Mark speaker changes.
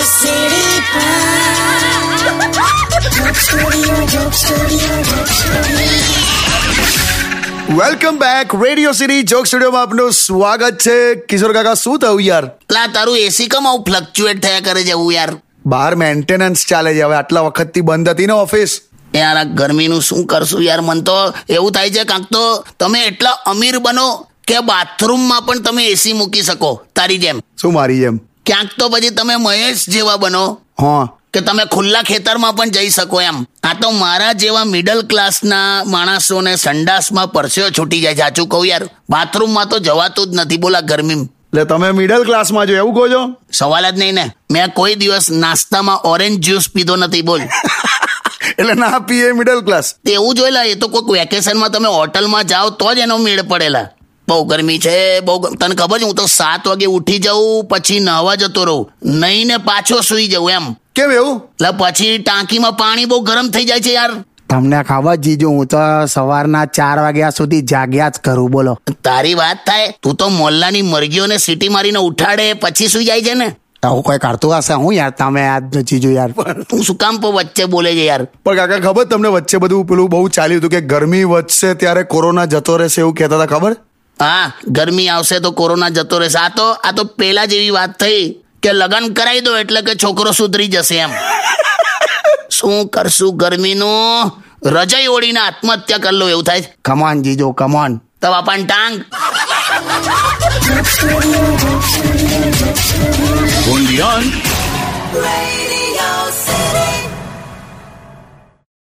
Speaker 1: સીડી
Speaker 2: welcome back radio city joke સ્ટુડિયોમાં આપનું સ્વાગત છે કિશોર કાકા શું થયું યાર
Speaker 3: લા તારું એસી કમ આવું ફ્લક્ચ્યુએટ થયા કરે છે એવું યાર
Speaker 2: બહાર મેન્ટેનન્સ ચાલે છે હવે આટલા વખતથી બંધ હતી ને ઓફિસ
Speaker 3: યાર આ ગરમીનું શું કરશું યાર મન તો એવું થાય છે કાંક તો તમે એટલા અમીર બનો કે બાથરૂમમાં પણ તમે એસી મૂકી શકો તારી જેમ
Speaker 2: શું મારી જેમ
Speaker 3: ક્યાંક તો પછી તમે મહેશ જેવા બનો
Speaker 2: હા
Speaker 3: કે તમે ખુલ્લા ખેતરમાં પણ જઈ શકો એમ આ તો મારા જેવા મિડલ ક્લાસના માણસોને સંડાસમાં પરસેવો છૂટી જાય સાચું કહું યાર બાથરૂમમાં તો જવાતું જ નથી બોલા ગરમીમાં
Speaker 2: એટલે તમે મિડલ ક્લાસમાં જો એવું કહો છો
Speaker 3: સવાલ જ નહીં ને મેં કોઈ દિવસ નાસ્તામાં ઓરેન્જ જ્યુસ પીધો નથી બોલ
Speaker 2: એટલે ના પીએ મિડલ ક્લાસ
Speaker 3: એવું જોયેલા એ તો કોઈક વેકેશનમાં તમે હોટલમાં જાઓ તો જ એનો મેળ પડેલા બહુ ગરમી છે બહુ ગ- તને ખબર છે હું તો સાત વાગે ઉઠી જાઉં પછી નહાવા જતો રહું નહીં ને પાછો સૂઈ જાઉં એમ
Speaker 2: કેમ એવું
Speaker 3: એટલે પછી ટાંકીમાં પાણી બહુ ગરમ થઈ જાય છે યાર
Speaker 4: તમને ખબર જીજુ હું તો સવારના ચાર વાગ્યા સુધી જાગ્યા જ કરું બોલો
Speaker 3: તારી વાત થાય તું તો મોલ્લાની મરઘીઓને સીટી મારીને ઉઠાડે પછી સૂઈ જાય છે ને
Speaker 4: આવું કોઈ કરતું હશે હું યાર તમે યાદ જીજુ યાર
Speaker 3: તું શું કામ પર વચ્ચે બોલે છે યાર
Speaker 2: પણ કાકા ખબર તમને વચ્ચે બધું પેલું બહુ ચાલ્યું હતું કે ગરમી વધશે ત્યારે કોરોના જતો રહેશે એવું કહેતા હતા ખબર
Speaker 3: હા ગરમી આવશે તો કોરોના જતો રહેશે આ તો આ તો પેલા જેવી વાત થઈ કે લગ્ન કરાવી દો એટલે કે છોકરો સુધરી જશે એમ શું કરશું ગરમીનું રજય ઓળીને આત્મહત્યા કરી લો એવું થાય છે.
Speaker 4: કમોન જીજુ કમોન
Speaker 3: તો બાપાને ટાંગ
Speaker 1: Radio